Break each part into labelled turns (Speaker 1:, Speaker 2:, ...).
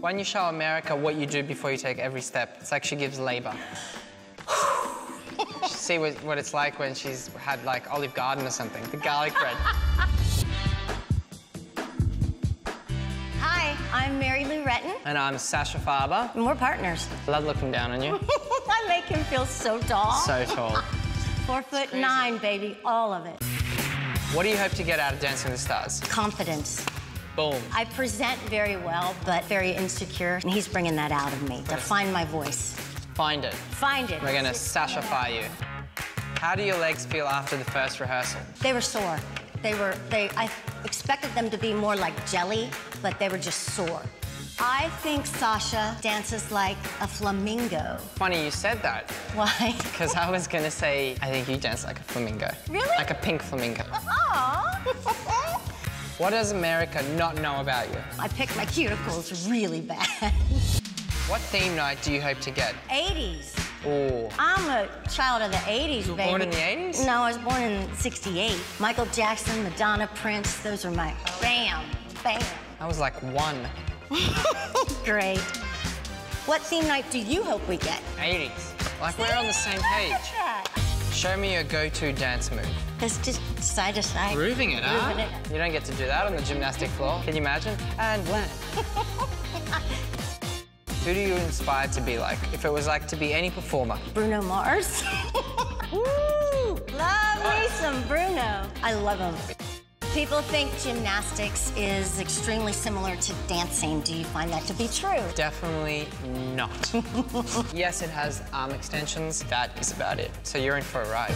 Speaker 1: Why don't you show America what you do before you take every step? It's like she gives labor. See what, what it's like when she's had like Olive Garden or something, the garlic bread.
Speaker 2: Hi, I'm Mary Lou Retton,
Speaker 1: And I'm Sasha Farber.
Speaker 2: and we're partners.
Speaker 1: Love looking down on you.
Speaker 2: I make him feel so tall.
Speaker 1: So tall.
Speaker 2: Four foot nine, baby, all of it.
Speaker 1: What do you hope to get out of Dancing with the Stars?
Speaker 2: Confidence.
Speaker 1: Boom.
Speaker 2: I present very well, but very insecure, and he's bringing that out of me to find my voice.
Speaker 1: Find it.
Speaker 2: Find it.
Speaker 1: We're gonna Sashify you. How do your legs feel after the first rehearsal?
Speaker 2: They were sore. They were, they, I expected them to be more like jelly, but they were just sore. I think Sasha dances like a flamingo.
Speaker 1: Funny you said that,
Speaker 2: Why?
Speaker 1: because I was gonna say, I think you dance like a flamingo.
Speaker 2: Really?
Speaker 1: Like a pink flamingo.
Speaker 2: Aw.
Speaker 1: What does America not know about you?
Speaker 2: I picked my cuticles really bad.
Speaker 1: What theme night do you hope to get?
Speaker 2: 80s.
Speaker 1: Ooh.
Speaker 2: I'm a child of the 80s,
Speaker 1: were
Speaker 2: baby.
Speaker 1: born in the 80s?
Speaker 2: No, I was born in 68. Michael Jackson, Madonna, Prince, those are my bam, bam.
Speaker 1: I was like one.
Speaker 2: Great. What theme night do you hope we get?
Speaker 1: 80s. Like we're on the same page. Show me your go-to dance move.
Speaker 2: Let's just side to side.
Speaker 1: Grooving it, huh?
Speaker 2: Grooving it.
Speaker 1: You don't get to do that on the gymnastic floor. Can you imagine? And land. Who do you inspire to be like? If it was like to be any performer,
Speaker 2: Bruno Mars. Woo! Love me some Bruno. I love him. People think gymnastics is extremely similar to dancing. Do you find that to be true?
Speaker 1: definitely not. yes, it has arm extensions. That is about it. So you're in for a ride.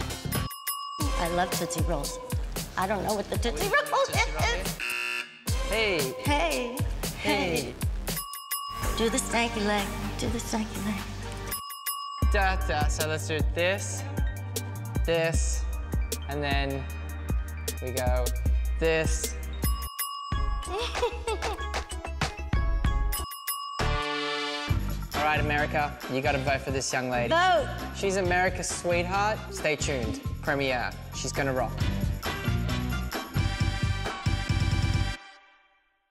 Speaker 2: I love Tootsie Rolls. I don't know what the Tootsie Roll Oh, is.
Speaker 1: Hey,
Speaker 2: Hey,
Speaker 1: hey.
Speaker 2: do the stanky leg, do the stanky leg.
Speaker 1: Da, da. So let's do this, this, and then we go this. All right, America, you gotta vote for this young lady.
Speaker 2: Vote.
Speaker 1: She's America's sweetheart. Stay tuned. Premiere. She's gonna rock.